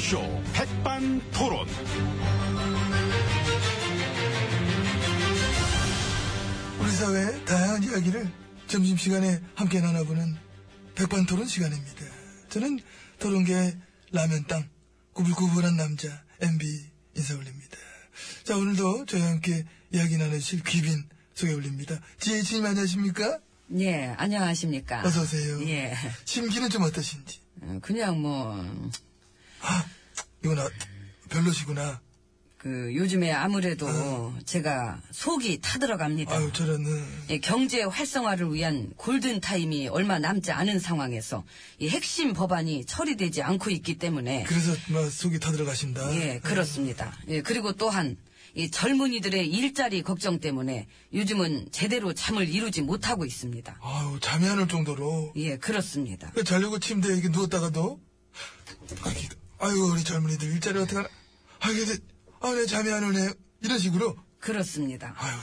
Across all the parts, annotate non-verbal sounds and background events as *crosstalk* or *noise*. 쇼 백반토론. 우리 사회의 다양한 이야기를 점심시간에 함께 나눠보는 백반토론 시간입니다. 저는 토론계의 라면땅, 구불구불한 남자, MB 인사 올립니다. 자, 오늘도 저희와 함께 이야기 나누실 귀빈 소개 올립니다. 지혜진님 안녕하십니까? 예, 안녕하십니까. 어서오세요. 예. 심기는 좀 어떠신지? 어, 그냥 뭐, 이건 아, 별로시구나. 그, 요즘에 아무래도 제가 속이 타들어갑니다. 아유, 저러는. 예, 경제 활성화를 위한 골든타임이 얼마 남지 않은 상황에서 이 핵심 법안이 처리되지 않고 있기 때문에. 그래서 막 속이 타들어가신다. 예, 그렇습니다. 예, 그리고 또한 이 젊은이들의 일자리 걱정 때문에 요즘은 제대로 잠을 이루지 못하고 있습니다. 아유, 잠이 안 올 정도로. 예, 그렇습니다. 그 자려고 침대에 이렇게 누웠다가도 아기, 아유 우리 젊은이들 일자리 어떻게 하나 아유 아내 잠이 안 오네 이런 식으로 그렇습니다. 아유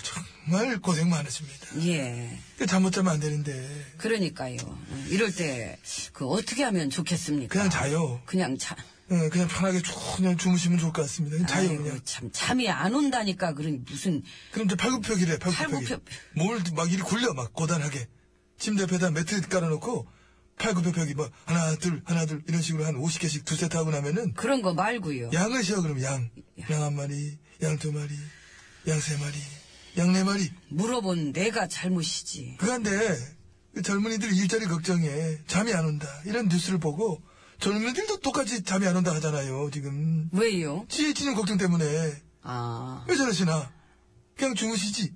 정말 고생 많으십니다 예. 잠 못 자면 안 되는데 그러니까요. 어, 이럴 때, 그, 어떻게 하면 좋겠습니까? 그냥 자요 그냥 자. 예, 그냥 편하게 쭉 그냥 주무시면 좋을 것 같습니다 그냥 자요 아이고, 그냥 참, 잠이 안 온다니까, 그런, 무슨, 그럼 이제 팔굽혀기래 팔굽혀기 팔굽혀- 뭘막 이리 굴려 막 고단하게 침대 옆에다 매트 깔아놓고 팔굽혀펴기 뭐 하나 둘 하나 둘 이런 식으로 한 50개씩 두 세트 하고 나면은 그런 거 말고요. 양을 쉬어 그럼 양. 양 한 마리, 양 두 마리, 양 세 마리, 양 네 마리. 물어본 내가 잘못이지. 그간데 젊은이들 일자리 걱정에 잠이 안 온다. 이런 뉴스를 보고 젊은이들도 똑같이 잠이 안 온다 하잖아요. 지금 왜요? 지혜진님 걱정 때문에 아, 왜 저러시나? 그냥 주무시지.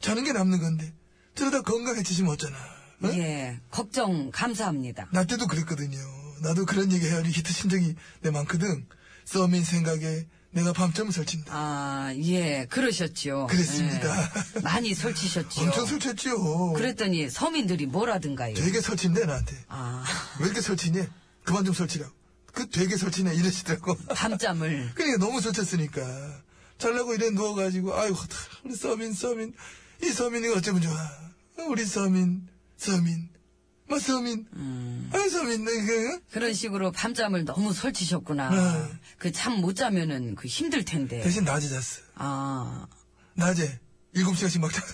자는 게 남는 건데 저러다 건강 해치시면 어쩌나? 어? 예. 걱정 감사합니다. 나 때도 그랬거든요. 나도 그런 얘기 헤아리 히트 심정이 내 많거든. 썸인 생각에 내가 밤잠을 설친다. 아, 예. 그러셨죠. 그랬습니다. 예, 많이 설치셨죠. 엄청 술 취했지요. 그랬더니 서민들이 뭐라든가요? 네. 되게 설친데 나한테 아, 왜 이렇게 설치니? 그만 좀 설치라고. 그 되게 설치네 이러시더라고. *laughs* 밤잠을. 그러니까 너무 설쳤으니까 잘라고 이래 누워가지고 아이고 우리 서민 서민 이 서민이 어쩌면 좋아. 우리 서민 서민 마 서민 음. 아 서민 네, 그 그런 식으로 밤잠을 너무 설치셨구나. 네. 그 잠 못 자면은 그 힘들 텐데. 대신 낮에 잤어. 아, 낮에 일곱 시간씩 막 자. *laughs*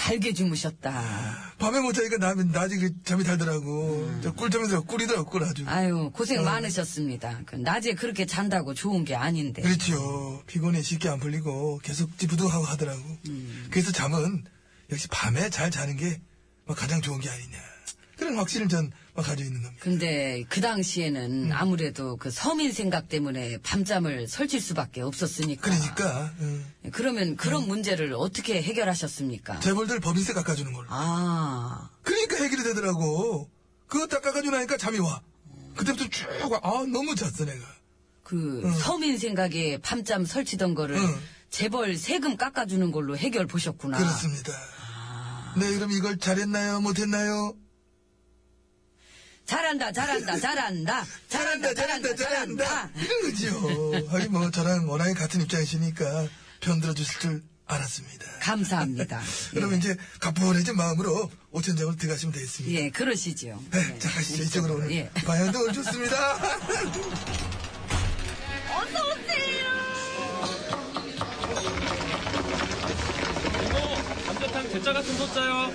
달게 주무셨다. 밤에 못 자니까 나, 낮에 그 잠이 달더라고. 저 꿀잠에서 꿀이더라고 꿀 아주. 음. 아유, 고생 많으셨습니다. 그 낮에 그렇게 잔다고 좋은 게 아닌데. 그렇죠. 피곤이 쉽게 안 풀리고 계속 찌부둥하고 하더라고. 그래서 잠은 역시 밤에 잘 자는 게막 가장 좋은 게 아니냐. 그런 확신을 전 막 가지고 있는 겁니다. 근데 그 당시에는 아무래도 그 서민 생각 때문에 밤잠을 설칠 수밖에 없었으니까. 음. 그러니까 응. 러면 그런 문제를 어떻게 해결하셨습니까? 재벌들 법인세 깎아주는 걸로. 아, 그러니까 해결이 되더라고. 그거 딱 깎아주고 나니까 잠이 와. 그때부터 쭉 와. 아 너무 잤어 내가. 그 서민 생각에 밤잠 설치던 거를 응. 재벌 세금 깎아주는 걸로 해결 보셨구나. 그렇습니다. 네 그럼 이걸 잘했나요 못했나요? 잘한다, 잘한다, 잘한다, 잘한다, 잘한다, 잘한다. 이런 *laughs* 거지요. 하긴 뭐 저랑 워낙에 같은 입장이시니까 편 들어주실 줄 알았습니다. *laughs* 감사합니다. 그럼 이제 가뿐해진 마음으로 오천장으로 들어가시면 되겠습니다. 예, 그러시지요. 네, *laughs* 자 가시죠 이쪽으로 오늘 예. 방향도 오늘 좋습니다. 감자탕 대짜 같은 소짜요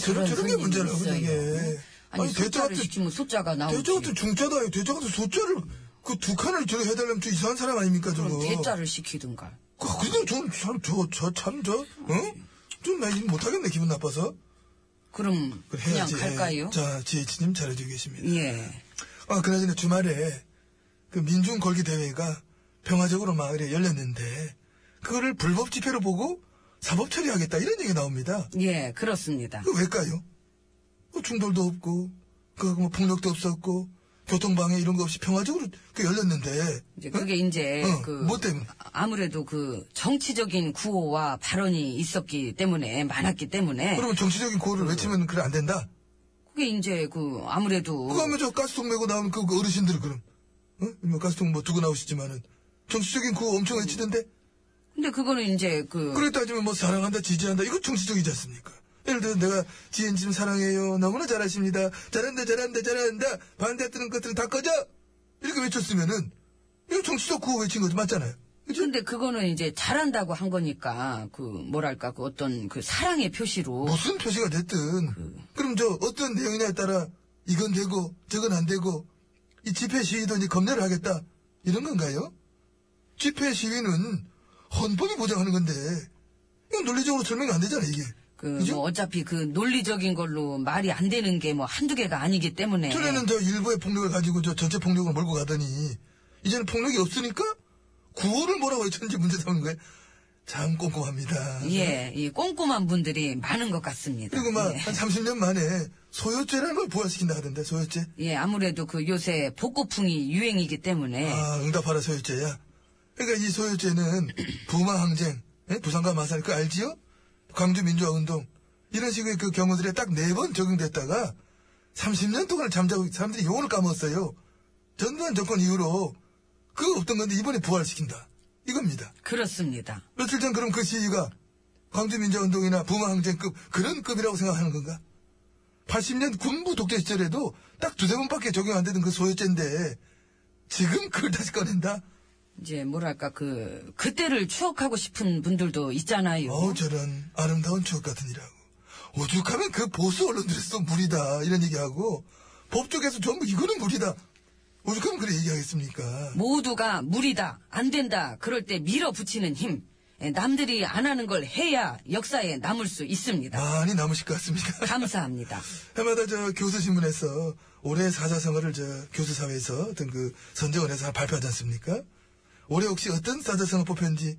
저런 저런 게 손님이 문제라고 있어요. 되게. 아니, 아니 대자 숫자를 같은 시키면 숫자가 나오지. 대자 같은 중자도 아니고 대자 같은 소자를 그 두 칸을 저렇게 해달라면 저 이상한 사람 아닙니까 저거. 그럼 대자를 시키든가. 그, 근데 저참저저참저 어? 좀나 이제 못하겠네 기분 나빠서. 그럼 그래, 그냥 해야지. 갈까요? 자 지혜치님 잘해주고 계십니다. 예. 아, 그나저나 주말에 그 민중 걸기 대회가 평화적으로 마을에 열렸는데 그거를 불법 집회로 보고 사법 처리하겠다 이런 얘기 나옵니다. 예, 그렇습니다. 그 왜일까요? 그 충돌도 없고 그뭐 폭력도 없었고 교통 방해 이런 거 없이 평화적으로 그 열렸는데 이제 응? 그게 이제 어, 그 뭐 때문에? 아무래도 그 정치적인 구호와 발언이 있었기 때문에 많았기 때문에 그러면 정치적인 고호를 외치면 그래 안 된다. 그게 이제 그 아무래도 그거 하면 저 가스통 메고 나오는 그, 그 어르신들 그럼 응? 뭐 가스통 뭐 두고 나오시지만은 정치적인 고호 엄청 외치던데 근데 그거는 이제 그 그래 따지면 뭐 사랑한다 지지한다 이거 정치적이지 않습니까? 예를 들어 내가 지인 좀 사랑해요. 너무나 잘하십니다. 잘한다, 잘한다, 잘한다. 반대 뜨는 것들은 다 꺼져! 이렇게 외쳤으면은, 이거 정치적 구호 외친 거죠. 맞잖아요. 그죠? 근데 그거는 이제 잘한다고 한 거니까 그 뭐랄까 그 어떤 그 사랑의 표시로 무슨 표시가 음. 됐든 그럼 저 어떤 내용이냐에 따라 이건 되고 저건 안 되고 이 집회 시위도 이제 검열을 하겠다 이런 건가요? 집회 시위는 헌법이 보장하는 건데 이건 논리적으로 설명이 안 되잖아 이게 그 그죠? 뭐 어차피 그 논리적인 걸로 말이 안 되는 게 뭐 한두 개가 아니기 때문에 전에는 저 일부의 폭력을 가지고 저 전체 폭력을 몰고 가더니 이제는 폭력이 없으니까 구호를 뭐라고 외쳤는지 문제 삼는 거예요 참 꼼꼼합니다 예, 이 꼼꼼한 분들이 많은 것 같습니다. 그리고 뭐 막 예. 한 30년 만에 소요죄라는 걸 부활시킨다 하던데 소요죄 예, 아무래도 그 요새 복고풍이 유행이기 때문에 아, 응답하라 소유죄야. 그러니까 이 소유죄는 *clears throat* 부마 항쟁, 예? 부산과 마산 그 알지요? 광주 민주화 운동 이런 식의 그 경우들에 딱 네 번 적용됐다가 30년 동안 잠자고 사람들이 용어를 까먹었어요. 전두환 정권 이후로 그 없던 건데 이번에 부활시킨다. 이겁니다. 그렇습니다. 며칠 전 그럼 그 시위가 광주 민주화 운동이나 부마 항쟁급 그런 급이라고 생각하는 건가? 80년 군부 독재 시절에도 딱 두세 번밖에 적용 안 되던 그 소유죄인데 지금 그걸 다시 꺼낸다? 이제 뭐랄까 그 그때를 추억하고 싶은 분들도 있잖아요. 어우 저런 아름다운 추억 같은 일하고 오죽하면 그 보수 언론들에서도 무리다 이런 얘기하고 법 쪽에서 전부 이거는 무리다 오죽하면 그래 얘기하겠습니까 모두가 무리다, 안 된다, 그럴 때 밀어붙이는 힘. 예, 남들이 안 하는 걸 해야 역사에 남을 수 있습니다. 많이 남으실 것 같습니다 *laughs* 감사합니다. 해마다 저 교수신문에서 올해 사자성어를 저 교수사회에서 어떤 그 선정원에서 발표하지 않습니까 올해 혹시 어떤 사자성어 뽑혔는지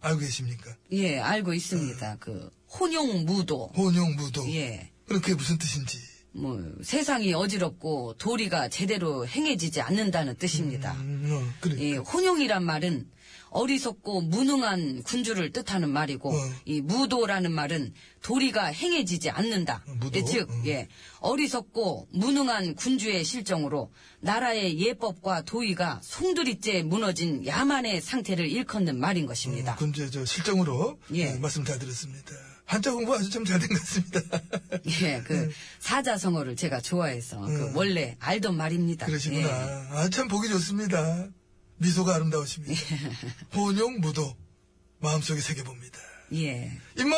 알고 계십니까 예, 알고 있습니다. 그 혼용무도. 혼용무도 예. 그럼 그게 무슨 뜻인지 뭐 세상이 어지럽고 도리가 제대로 행해지지 않는다는 뜻입니다. 음, 어, 그래 이 혼용이란 말은 어리석고 무능한 군주를 뜻하는 말이고 어. 이 무도라는 말은 도리가 행해지지 않는다. 어, 무도? 예, 즉, 음. 예, 어리석고 무능한 군주의 실정으로 나라의 예법과 도의가 송두리째 무너진 야만의 상태를 일컫는 말인 것입니다. 음, 군주의 저 실정으로 예. 네, 말씀 잘 들었습니다. 한자 공부 아주 참 잘 된 것 같습니다. *laughs* 예, 그 음. 사자성어를 제가 좋아해서 그 원래 알던 말입니다. 그러시구나. 예. 아, 참 보기 좋습니다. 미소가 아름다우십니다. 혼용 무도 마음속에 새겨봅니다. 예. 이모!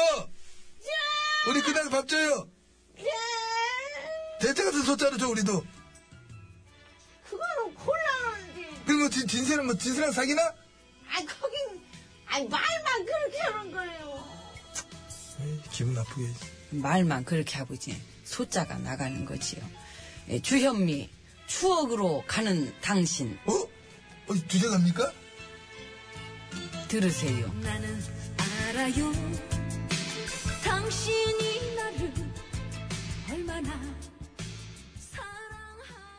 우리 그날 밥 줘요! 대체 같은 소자로 줘, 우리도. 그거는 곤란한데. 그리고 진, 진세는 뭐, 진세랑 사귀나? 아이, 거긴, 아이, 말만 그렇게 하는 거예요. 에이, 예, 기분 나쁘게. 말만 그렇게 하고 이제 소자가 나가는 거지요. 예, 주현미 추억으로 가는 당신 어? 어, 주제 갑니까? 들으세요. 나는 알아요 당신이 나를 얼마나 사랑하는지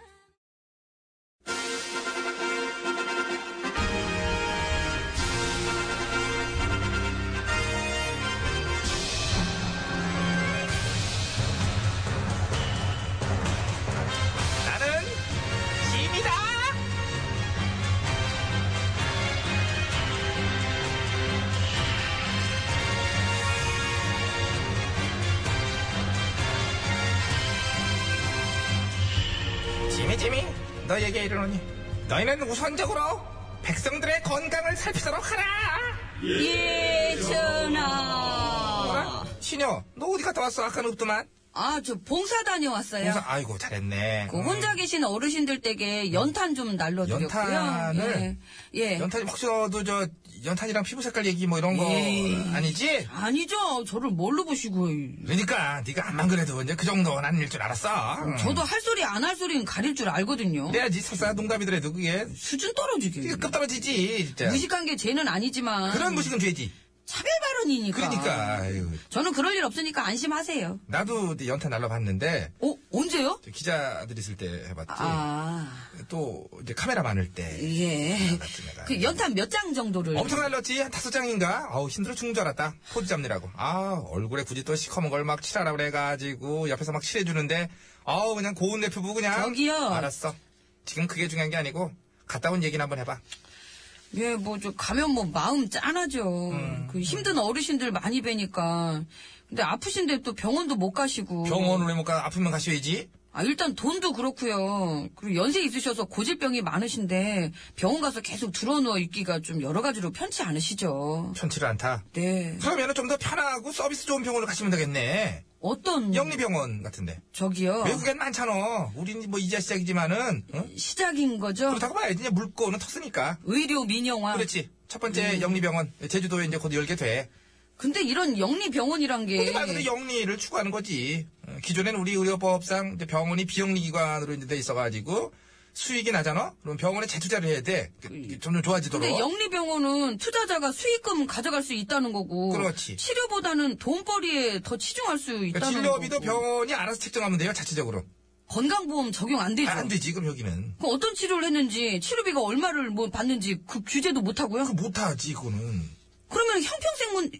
나는 짐이다. 지미 지미 너에게 이르노니 너희는 우선적으로 백성들의 건강을 살피도록 하라 예 전하. 신여 너 어디 갔다 왔어 아까는 없더만 아 저 봉사 다녀왔어요. 봉사 아이고 잘했네 그 음. 혼자 계신 어르신들 댁에 연탄 좀 날려드렸고요. 연탄을? 예. 예. 연탄 혹시 너도 저 연탄이랑 피부 색깔 얘기 뭐 이런 거 예. 아니지? 아니죠. 저를 뭘로 보시고. 그러니까 네가 안만 그래도 이제 그 정도는 아닐 줄 알았어 음. 저도 할 소리 안 할 소리는 가릴 줄 알거든요. 그래야지 설사 농담이더라도 그게 수준 떨어지게. 이게 급 떨어지지 진짜 무식한 게 죄는 아니지만. 그러니까. 그런 무식은 죄지 차별 발언이니까. 그러니까 아유. 저는 그럴 일 없으니까 안심하세요. 나도 이제 연탄 날라봤는데 어, 언제요? 저 기자들 있을 때 해봤지 아, 또 이제 카메라 많을 때 예. 맞습니다. 그 연탄 몇 장 정도를. 엄청 날렸지 한 다섯 장인가 아우 힘들어 죽는 줄 알았다 포즈 잡느라고 아 얼굴에 굳이 또 시커먼 걸 막 칠하라 그래가지고 옆에서 막 칠해주는데 아우 그냥 고운 대표부 그냥 저기요. 알았어 지금 그게 중요한 게 아니고 갔다 온 얘기나 한번 해봐 예, 뭐, 저, 가면 뭐, 마음 짠하죠. 그 힘든 어르신들 많이 뵈니까. 근데 아프신데 또 병원도 못 가시고. 병원을 왜 못뭐 가? 아프면 가셔야지. 아, 일단 돈도 그렇고요 그리고 연세 있으셔서 고질병이 많으신데, 병원 가서 계속 들어누워 있기가 좀 여러 가지로 편치 않으시죠. 편치를 않다. 네. 그러면 좀 더 편하고 서비스 좋은 병원을 가시면 되겠네. 어떤. 영리병원 같은데. 저기요. 외국엔 많잖아. 우린 뭐 이제 시작이지만은 응? 어. 시작인 거죠? 그렇다고 봐야지. 이제 물고는 텄으니까. 의료 민영화. 그렇지. 첫 번째 음. 영리병원 제주도에 이제 곧 열게 돼. 근데 이런 영리병원이란 게. 그게 말 그대로 영리를 추구하는 거지. 어, 기존에는 우리 의료법상 이제 병원이 비영리기관으로 이제 돼 있어가지고 수익이 나잖아. 그럼 병원에 재투자를 해야 돼. 그- 그 점점 좋아지도록. 그러니까. 근데 영리병원은 투자자가 수익금 가져갈 수 있다는 거고. 그렇지. 치료보다는 돈벌이에 더 치중할 수 그러니까 있다는 진료비도 거고. 병원이 알아서 책정하면 돼요. 자체적으로. 건강보험 적용 안 되죠. 안 되지 그럼 여기는. 그 어떤 치료를 했는지 치료비가 얼마를 뭐 받는지 그 규제도 못 하고요. 그 못하지 그거는. 그러면 형평성 문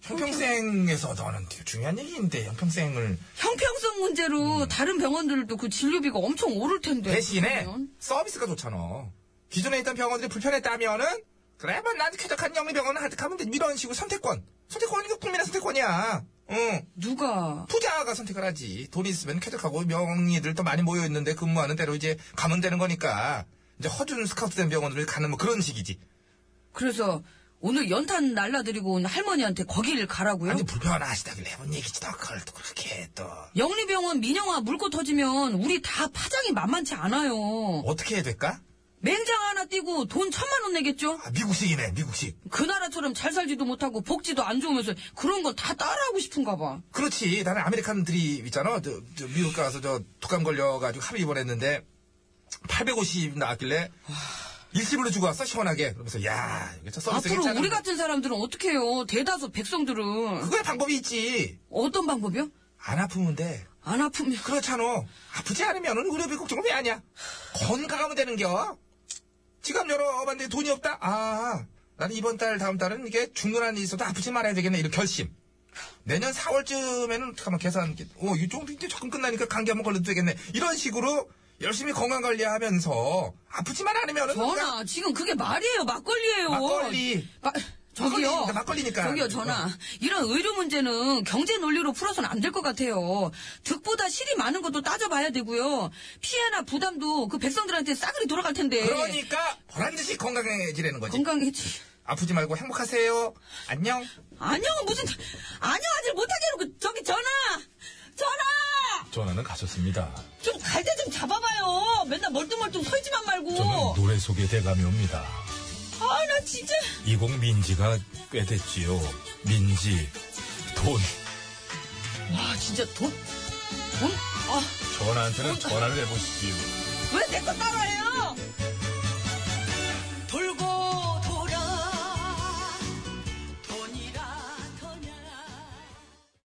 형평생에서 너는 되게 중요한 얘기인데 형평생을 형평성 문제로 다른 병원들도 그 진료비가 엄청 오를 텐데. 음. 대신에 네, 그러면. 서비스가 좋잖아. 기존에 있던 병원들이 불편했다면은 그래 뭐 나도 쾌적한 영리병원을 하면 돼 이런 식으로 선택권 선택권이 그 국민의 선택권이야. 응. 누가 부자가 선택을 하지. 돈이 있으면 쾌적하고 명의들 또 많이 모여 있는데 근무하는 대로 이제 가면 되는 거니까 이제 허준 스카우트된 병원을 가는 뭐 그런 식이지. 그래서 오늘 연탄 날라드리고 온 할머니한테 거기를 가라고요. 아니 불편하시다길래 해본 얘기지. 또 그걸 또 그렇게 또 영리병원 민영화 물고 터지면 우리 다 파장이 만만치 않아요. 어떻게 해야 될까? 맹장 하나 띄고 돈 천만 원 내겠죠? 아, 미국식이네 미국식. 그 나라처럼 잘 살지도 못하고 복지도 안 좋으면서 그런 건 다 따라하고 싶은가 봐. 그렇지. 나는 아메리칸들이 있잖아. 저, 저 미국 가서 저 독감 걸려가지고 하루 입원했는데 850 나왔길래 일시불로 주고 왔어 시원하게. 그러면서 야 이거 저 서비스 앞으로 괜찮은데. 우리 같은 사람들은 어떻게 해요? 대다수 백성들은 그거야 방법이 있지. 어떤 방법이요? 안 아프면 돼. 안 아프면 그렇잖아. 아프지 않으면은 의료비 걱정을 왜 하냐? 건강하면 되는겨. 지갑 열어봤는데 돈이 없다. 아, 나는 이번 달 다음 달은 이게 죽는 한이 있어도 아프지 말아야 되겠네. 이런 결심. 내년 4월쯤에는 잠깐만 계산. 어, 이정도 이제 조금 끝나니까 감기 한번 걸려도 되겠네. 이런 식으로 열심히 건강 관리하면서 아프지만 않으면은 전화 지금 그게 말이에요 막걸리예요. 막걸리. 마- 저기요. 막걸리니까, 막걸리니까. 저기요 전화. 어. 이런 의료 문제는 경제 논리로 풀어서는 안 될 것 같아요. 득보다 실이 많은 것도 따져봐야 되고요. 피해나 부담도 그 백성들한테 싸그리 돌아갈 텐데. 그러니까 보란 듯이 건강해지라는 거지. 건강해지. 아프지 말고 행복하세요. 안녕. 안녕은 무슨 안녕하지 못하게 해놓고 저기 전화 전화 전화는 가셨습니다. 좀 갈 때 좀 잡아봐요. 맨날 멀뚱멀뚱 서있지만 저는 말고. 노래 속에 대감이 옵니다. 아 나 진짜. 이공 민지가 꽤 됐지요. 민지, 돈. 와 진짜 돈 돈? 아. 전화한테는 전화를 해보시지요. 뭐. 왜 내 거 따라해요?